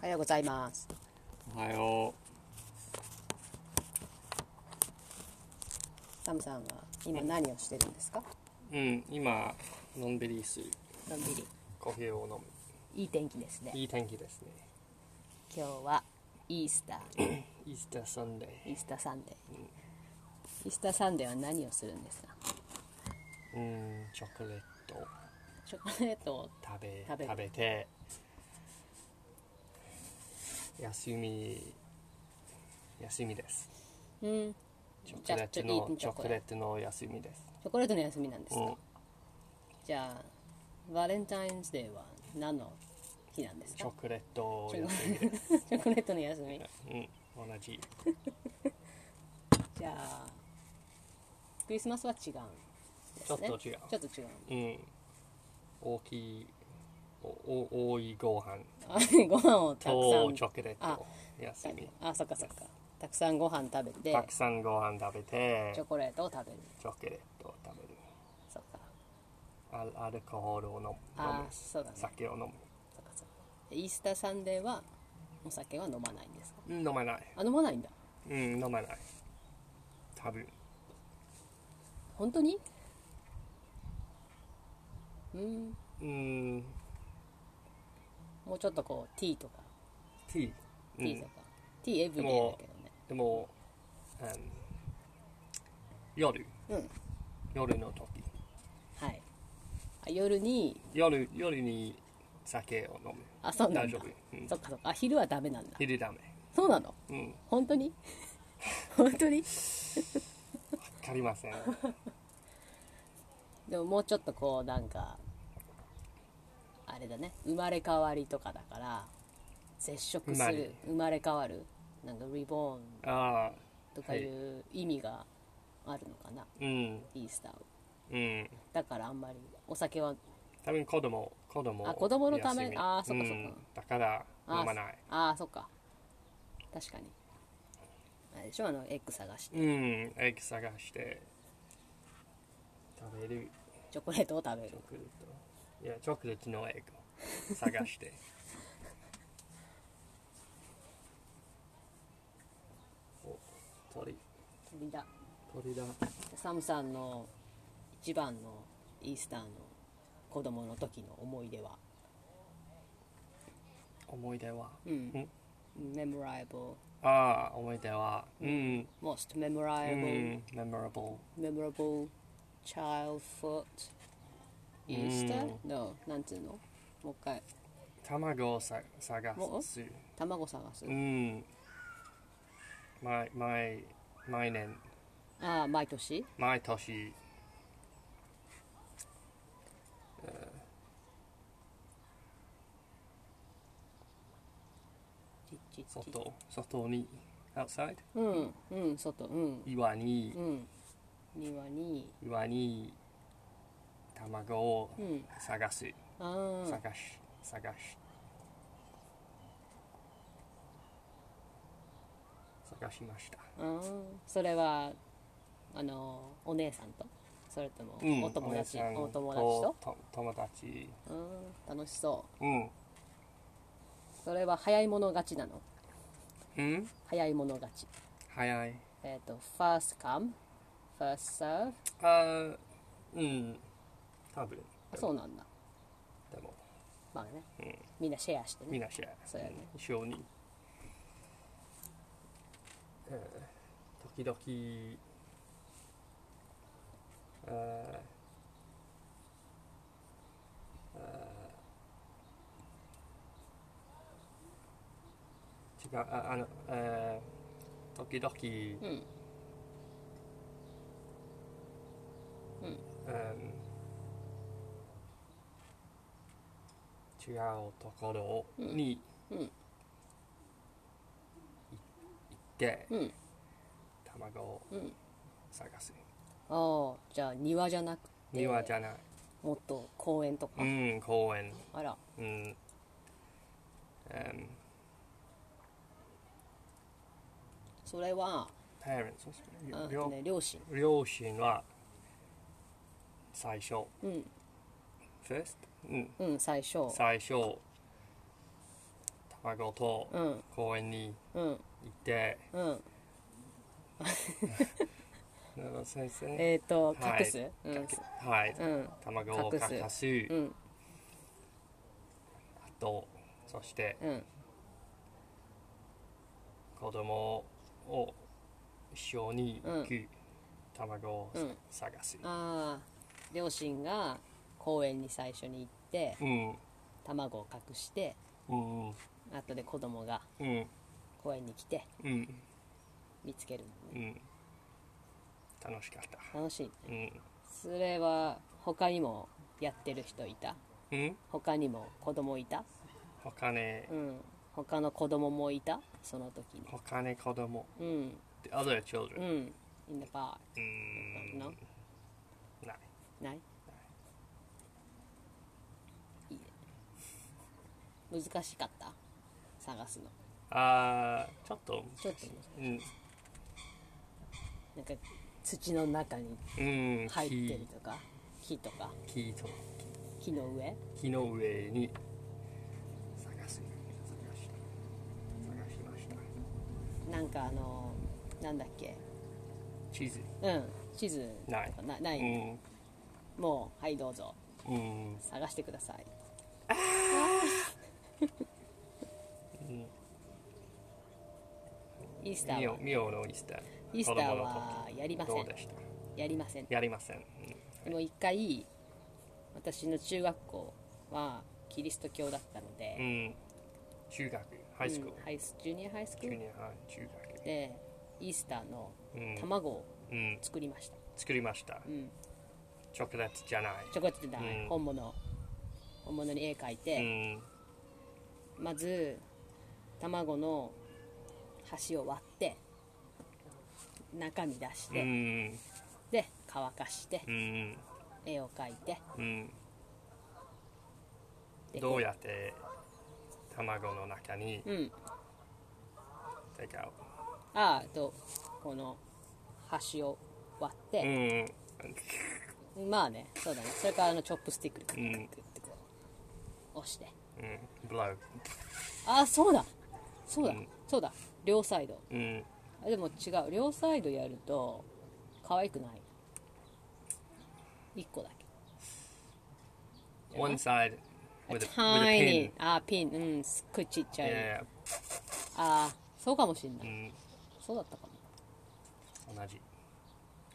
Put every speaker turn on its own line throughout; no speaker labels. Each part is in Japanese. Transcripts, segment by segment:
はようございます。
おはよ
サムさんは今何をしてるんですか？
う。うん、今、のんびりする。
のんびり。
コーヒーを飲
いい天気です
む。
ね。
いい天気ですね。
今日はイースター、
イースターサンデ
イースターサンデー。イースターサンデーは何をするんですか？
ー。うん、チョコレートを
チョコレートを
食べ、
食べる
食べて、休み、休みです。
うん。
チョコレートの、
Just eating
チョコレートの休みです。
チョコレートの休みなんです
う
か？
ん、
じゃあバレンタインズデーは何の日なんです
チ
か
ョ？コレート
チョコ
休みです。
チョコレートの休み。
うん、同じ。
じゃあクリスマスは違うんですね。
ちょっと違う
ちょっと違う。
うん。大きい、おお多いご飯。
あ ご飯をた
と
く
チ
さん
ョコレート休み
あそっかそっかたくさんご飯食べて
たくさんご飯食べて
チョコレートを食べる
チョコレートを食べる
そっか
アルアルコールを飲む飲
あ
む
そうだねそっか
酒を飲む
そっかイースターサンデーはお酒は飲まないんですか
うん飲まない
あ飲まないんだ
うん飲まない多分
本当にうん
うん
もうちょっとこうティーとか
ティー、う
ティーと
ん
か、ティーエブリデイだけどね
でも、うん夜
うん
夜の時
はいあ夜に
夜夜に酒を飲む
あそうなんだ
大丈夫、うん
そっかそっかあ昼はダメなんだ
昼ダメ
そうなの
うん
本当に 本当に
わかりません
でももうちょっとこうなんかあれだね生まれ変わりとかだから接触す
生ま
る
れ
生まれ変わるなんかリボーン
ああ
とかいう意味があるのかな、
うん
イースターを
うん
だからあんまりお酒は
多分子供子供
あ子供のため
休み
あーそっかそっか
だから
あ
飲まない
あーそっか確かにあれでしょあのエッグ探して
うんエッグ探して食べる
チョコレートを食べる
チョコレートいやチョコレートのエッグを探して お鳥
鳥だ
鳥だ
サムさんの一番のイースターの子供の時の思い出は
思い出は
うん、memorable
ああ思い出はうん
most
うん
memorable、
memorable
memorable childhood Easter、no なんていうのもう一回
卵をさ探
もう
す
卵探す、
うん毎毎毎年
ああ毎年
毎年、
ちちち
外外に outside
うんうん外うん
岩に
うん庭に
岩に卵を
うん
探す、
ああ
探し探し探しました
あーそれはあのお姉さんとそれともお友達、
姉さん
お友達と
と友達
うん楽しそう
うん
それは早い者勝ちなの
うん
早い者勝ち
早い
えっ、と first come first serve
あーうん多分
あそうなんだ
でも
まあね、みんなシェアして
み
ね
んなシェア
そうやね
一緒に、えー、時々、えーえー違うああの、えー、時々、
うんうん
うん違うところに
うんうん
い行って
うん
卵を
うん
探す
ああじゃあ庭じゃなくて
庭じゃない
もっと公園とか、
うん公園
あら
うん、うん、
それは、
parents
うんと
両
ね、両親
両親は最初
うん、
first うん
うん、最初
最初孫と
うん
公園に
うん
行って、
うん
なるほど先生ね
えっ、と
はい
隠す、うん
はい
うん
卵を
隠
隠
す
し、
うん
あとそして
うん
子供を一緒に行く、卵を
うん
探す
ああ両親が公園に最初に行って
うん
卵を隠して
うん
後で子供が
うん
公園に来て
うん
見つける、
うん楽しかった
楽しいね
うん
それは他にもやってる人いた
うん
他にも子供いた
お金
うん他の子供もいたその時に
お金子供
うん
the other
う
children
ん in the park う
う
ん
ん
な
ない
ないいいね難しかった探すの
あーちょっと
ちょっと
うん
なんか土の中に
うん
入ってる
木
とか木とか
木と
木の上
木の上に探す探した探しました
なんかあのなんだっけ
地図
うん地図と
ない
かなない、
うん
もうはいどうぞ
うん
探してください
うん
イースタ
ミ
ー
オ
は
ミオのイースター
イースターは
子供の時
やりませ
どうんでした
やりません
やりません
でも一回私の中学校はキリスト教だったの
うん、う
で、
ん、中学ハイスクール、
うんハイスジュニアハイスクー
中
ル
にはい中学
でイースターの
うん
卵を
うん、
作りました、
作りました
うん、
チョコレートじゃない
ちょこっとだ、
うん
本物本物に絵描いて、
うん
まず卵の端を割って中身出し
う
て、
ん
で乾かして
うん
絵を描いて
うん
で
どうやって卵の中に
うん
手が
ああとこの端を割っ
う
て、
ん
まあねそうだねそれからあのチョップスティックでク
うん
ックックック押して
うんブロー
ああそうだそうだ、
うん
そうだ両サイド
うん
あでも違う両サイドやると可愛くない1個だけ
one side with a, with a
tiny
pin
あピンうんすっごいちっちゃい、
yeah
ああそうかもしんな
う
い、
ん
そうだったかも
同じ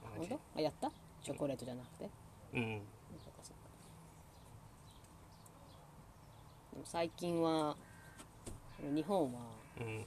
同
本
じ
当あやったチョコレートじゃなくて、
うん
そうかそうかでも最近は日本は
うん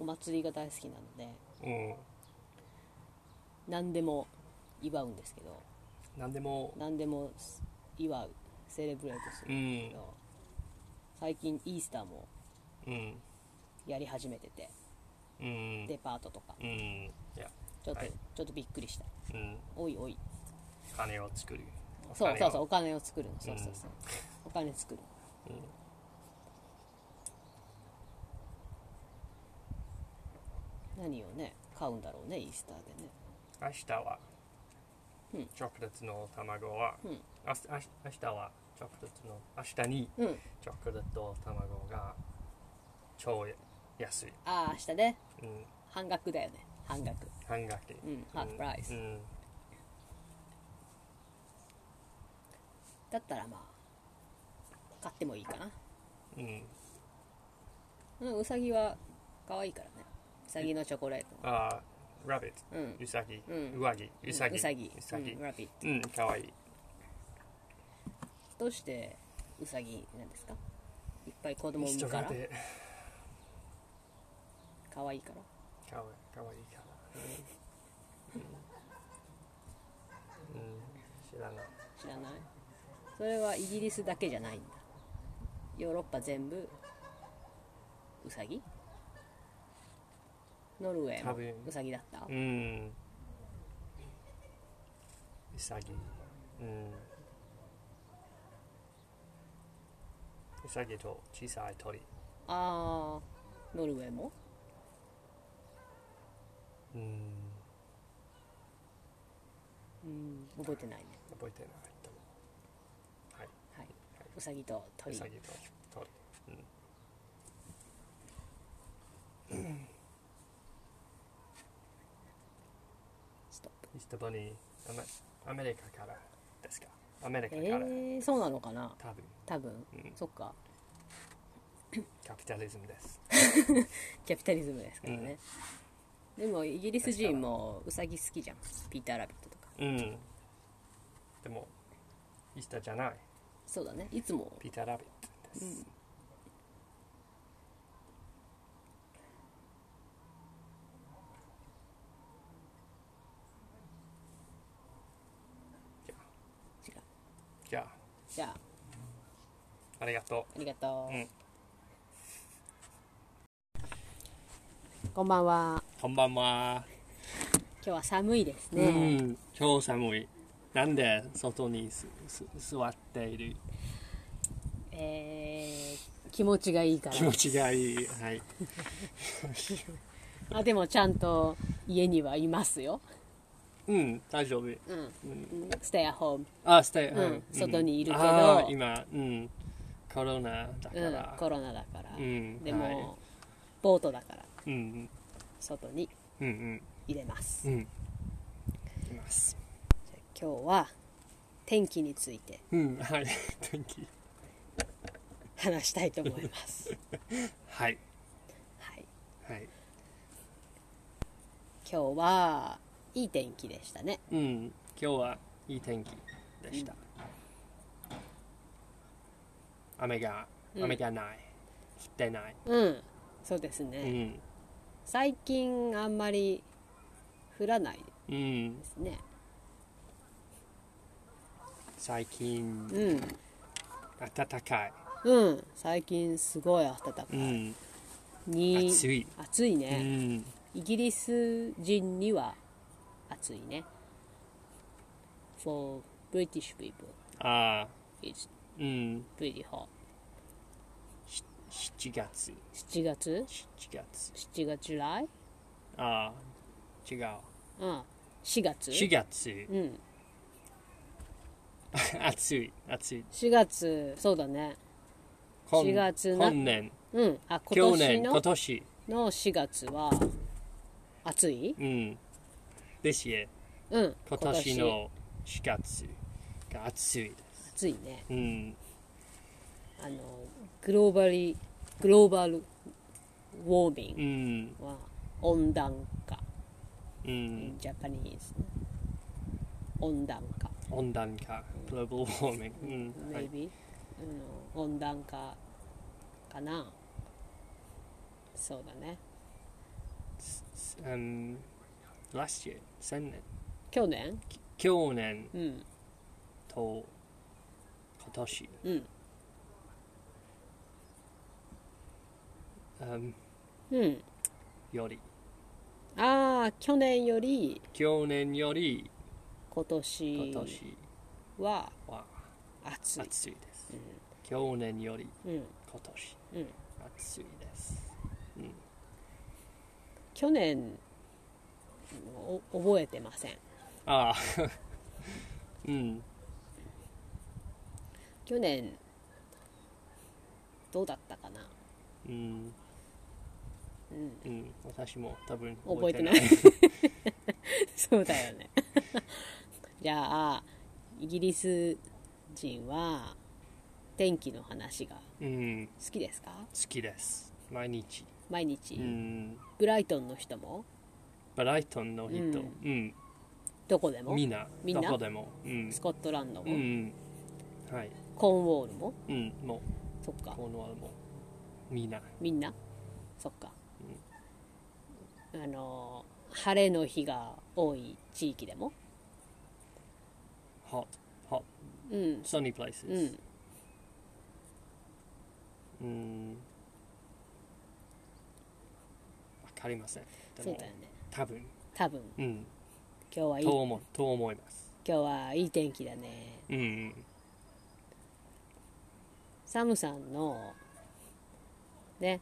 お祭りが大好きなので
うん
何でも祝うんですけど
何でも
何でも祝うセレブレートす
う
るんです
ん
けど、最近イースターも
うん
やり始めてて
うん
デパートとか
うんいや
ちょっと、
はい
ちょっとびっくりした
うん
おいおい
金を作る
そうそうそう
う
お金を作るのそうそうそう、お金作る何をね買うんだろうねイースターでね
明日は
うん
チョコレートの卵は、
うん
あす明日明日はチョコレートの明日に
うん
チョコレート卵が超安い、
ああ明日ね
うん、
半額だよね半額
半額
うんハーフプライス、
うん
だったらまあ買ってもいいかな
うん
うんうさぎは可愛いからねうさぎのチョコレート
あラビット
うん
ウサギ、
うん
上着ウサギ
うさぎ
ウサギ
うんラピッ
うん、かわいい
どうしてうさぎなんですかいっぱい子供を産
人
むか
が
ら
で
可愛いから
かわいかわいいからうん、うん知らない
知らないそれはイギリスだけじゃないんだヨーロッパ全部ウサギノルウェー
多
も
分
ウサギだった
うんウサギうんウサギと小さい鳥
あーノルウェーも
うん
うん覚えてないね
覚えてないと思うはい
はいウサギと
ウ
鳥
サギと鳥、うん、イスタンブールにアメアメリカからですかアメリカ
え
から、
ー、そうなのかな
多分、
多分
うん、
そっか
カピタリズムです
キャピタリズムですからね、でもイギリス人もウサギ好きじゃんピーター・ラビットとか
うんでもイースターじゃない
そうだねいつも
ピーター・ラビットです、
違う
じゃ
じゃあ
あありがと
ありがとう、
うん
こんばんは
うこんばんは、
今日は寒いです
う
ね、
ん超寒いなんで外にすす座っている
えー気持ちがいいから
気持ちがいいはい
あでもちゃんと家にはいますよ、
うん大丈夫
うん、ステイアホーム
あステイ、
ん外にいるけど
あー今うんコロナだか
うん
ら、、
コロナだから、
うん
でも、
は
ボートだから
い、うん
外に
うんうん
入れます、
うんいます
じゃあ今日は天気について
うんはい 天気
話したいと思います
はい
はい
はい
今日はいい天気でしたね
うん今日はいい天気でした、雨が
うん
雨がない、降ってない、
うんそうです
う
ね、
ん
最近あんまり降らないで
うん、
すね
最近
うん
暖かい、
うん最近すごい暖か
う
い、
ん、
に
暑い、
暑いうね、
ん、
イギリス人には暑いね For British people
あ
it's
ーうん
pretty hot
し7月
7月
7月
7月来
あー違う
うん4月
4月
うん
暑い暑い
4月そうだね
今
4月な
今年
うんあ今
去
年
年
の
今年
の4月は暑い
うんですよ
うん
今年の4月が暑いです
暑いね
うん
あのグローバリグローバルウォーミン
う
グ
ん
は温暖化
うん
in Japanese ね温暖化
温暖化 global warming うんはい
maybe、あの温暖化かなそうだね
S- um, last year 先年
去年
き去年
うん
と今年
うん、
um,
うん、
より
ああ去年より
去年より
今
今
年
年
は
は
暑い
暑いです去年より
うん
今
う
年
ん
暑いです
去年お覚えてません
ああ うん
去年どうだったかな
うん
うん
うん私も多分
覚えてないそうだよね じゃあイギリス人は天気の話が
うん
好きですか
好きです毎日
毎日、
うん
ブライトンの人も
ブライトンの人
うん
うん、
どこでも
みんな
みんな
どこでもうん
スコットランド
う
も、
んはい
コーンウォールも
うんも
そっか
うこのもみんな
みんなそっか、あの晴れの日が多い地域でも
hot hot
うん
sunny
う
places
ん
うんわかりませんで
そう
も
だよね
多分
多分
うん
今日はいい
と
今
思うと思います
日はいい天気だね
うんうん
サムさんのね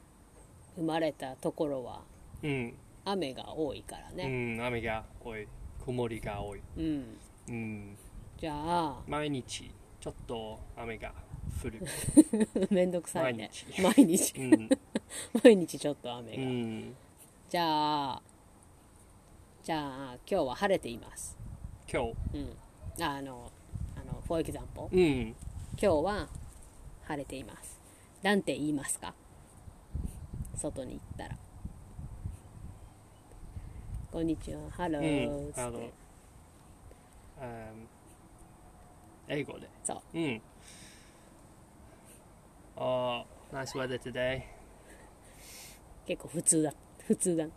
生まれたところは
うん、
雨が多いから
う
ね
ん、雨が多い、曇りが多い、
うん、
うん、
じゃあ
毎日ちょっと雨が降る、
めんどくさいね毎
毎
日毎
う
日
ん、
ちょっと雨
う
が、
ん、
じゃあじゃあ今日は晴れています
今日
うん、ああのあの for example
う
今
ん
日は晴れていますなんて言いますか外に行ったらこんにちはハロ
う
ー
ん
つって、
あの、うん、英語で
そう
うんああ nice weather today
結構普通だ普通だ
う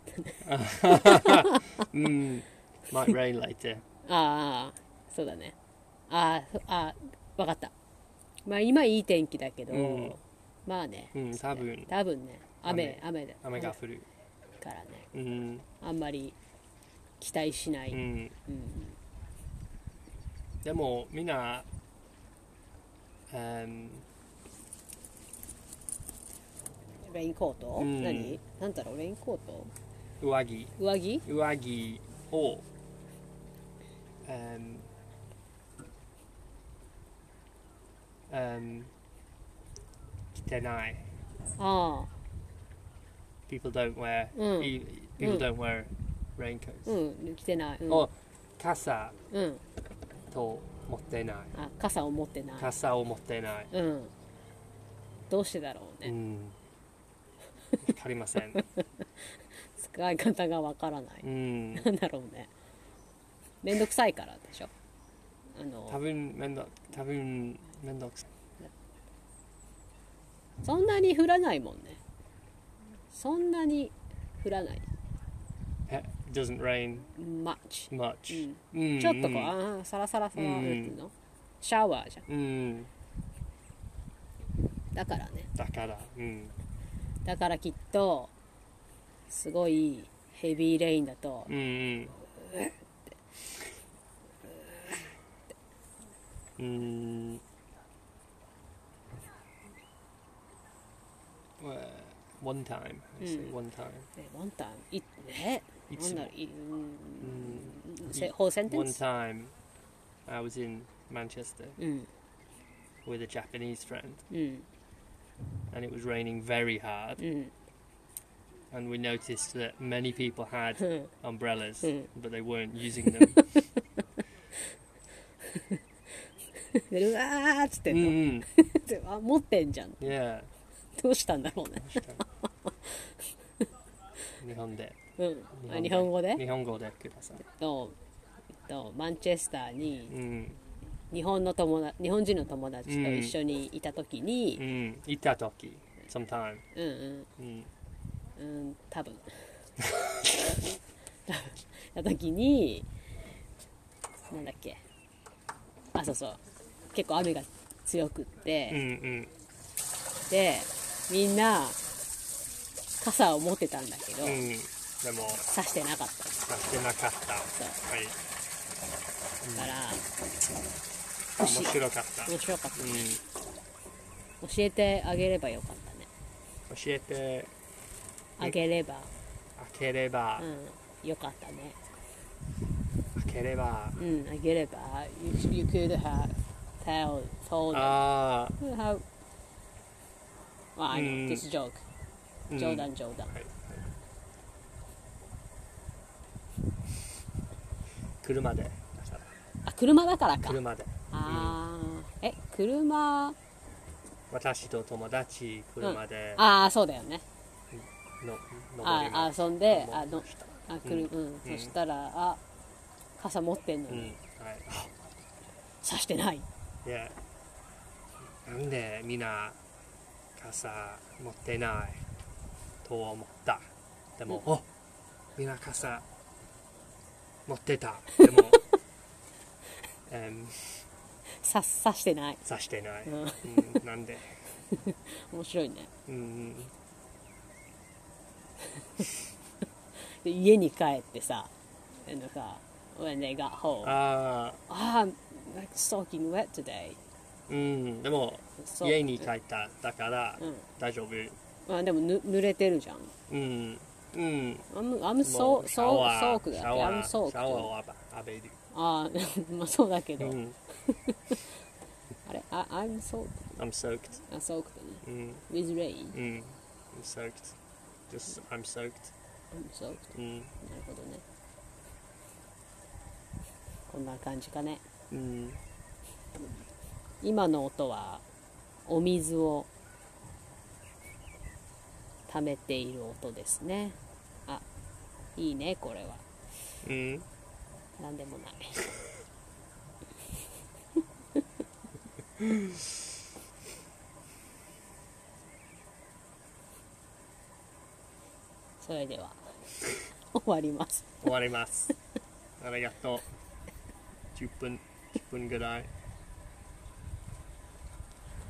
ん might rain later
ああそうだねあーそあーわかったまあ今いい天気だけど、
うん
まあね
うん多分
多分ね雨雨だ
雨が降る
からね
うん
あんまり期待しない、
うん
うん
でもみんな、うん、
レインコート、
うん
何なんだろうレインコート
上着
上着
上着を、うんうん、着てない
ああ
people don't wear、
うん
pe- people
うん
don't wear raincoats、
うん着てないうん
お傘
うん
と持ってない
あ傘を持ってない
傘を持ってない、
うんどうしてだろうね、
うん、わかりません、
使い方がわからない、
うん、
なんだろうねめんどくさいからでしょあ
多
の
分めんど多分めんどくさい
そんなに降らないもんねそんなに降らない
It eh, doesn't rain
much、
much、Hmm.
うん
うん
ちょっとこうああサラサラサラっていうの、シャワーじゃん
うん、うん、
だからね
だから、うん、
だからきっとすごいヘビーレインだと
うんうんうんえー one time I say
うん
one time
えワンタンいえ
い
な
つ
ん
も
だろういうん
い
せ whole
one
sentence
time I was in Manchester
うん
with a Japanese friend
うん、
and it was raining very hard
うん、
and we noticed that many people had umbrellas
Mm.
but they weren't using them
でうわーっつってんの、
Mm,
であ持ってんじゃん
yeah
どうしたんだろうね
日本で
うんあ日本語で
日本語でください
ととマンチェスターに
うん
日本の友達日本人の友達と一緒にいた時
う
に、
ん行った時 sometime
うん、うん
うん
うん多分 多分やった時になんだっけあそうそう結構雨が強くっ
うんう
て、
ん
でみんな傘を持ってたんだけど、差
うんでも
してなかった
さしてなかった
そう
はい
から
面白かったうん
面白かった、教えてあげればよかったね
教えて
あげれば、
あければ
うん、よかったね
あければ
うんあげれば you, you could have tell told them
ああ
How? Well, I know,
Mm.
this joke.
うん
冗談冗談。
はいはい車でだから
あ、車だからか。
車で
あーえ、車、
私と友達車で
ああ、そうだよね。
の登り
あ
ま
ー
し
遊んで、
た
あの、あ、車、うん、
うん
そしたら、あ、傘持ってんの
うん
に、
はい
差してない。
でなんでみんな傘持ってないと思ったでも、おみんな傘持っ てたでも、うん、
さ、差してない。
さしてない、
うん
うんなんで、
面白いね。
うん、
で、家に帰ってさ、あのさ、when they got home.
あ
あー、like soaking wet today.
ーうんでも
そう
家に帰っただから
うん
大丈夫
まあでもぬ濡れてるじゃん。
うんうん
あんま、あんまそう、
シャ
そう、
ワ
そう
ー
くだ
シ
っ
ャ
けあん
ワ
ま
ーシ
そうく
ャワーを浴びる、
ああ まあそうだけ
う
ど、
ん、
あれああんそう
I'm soaked
あそうくてね
うん
with rain
Mm. I'm soaked. Just I'm
あ
Mm. soaked.
んそうくてな
Mm.
るほどねこんな感じかね
うん
今の音はお水を溜めている音ですねあいいねこれは
うん
何でもない それでは終わります
終わりますありがとう10分10分ぐらい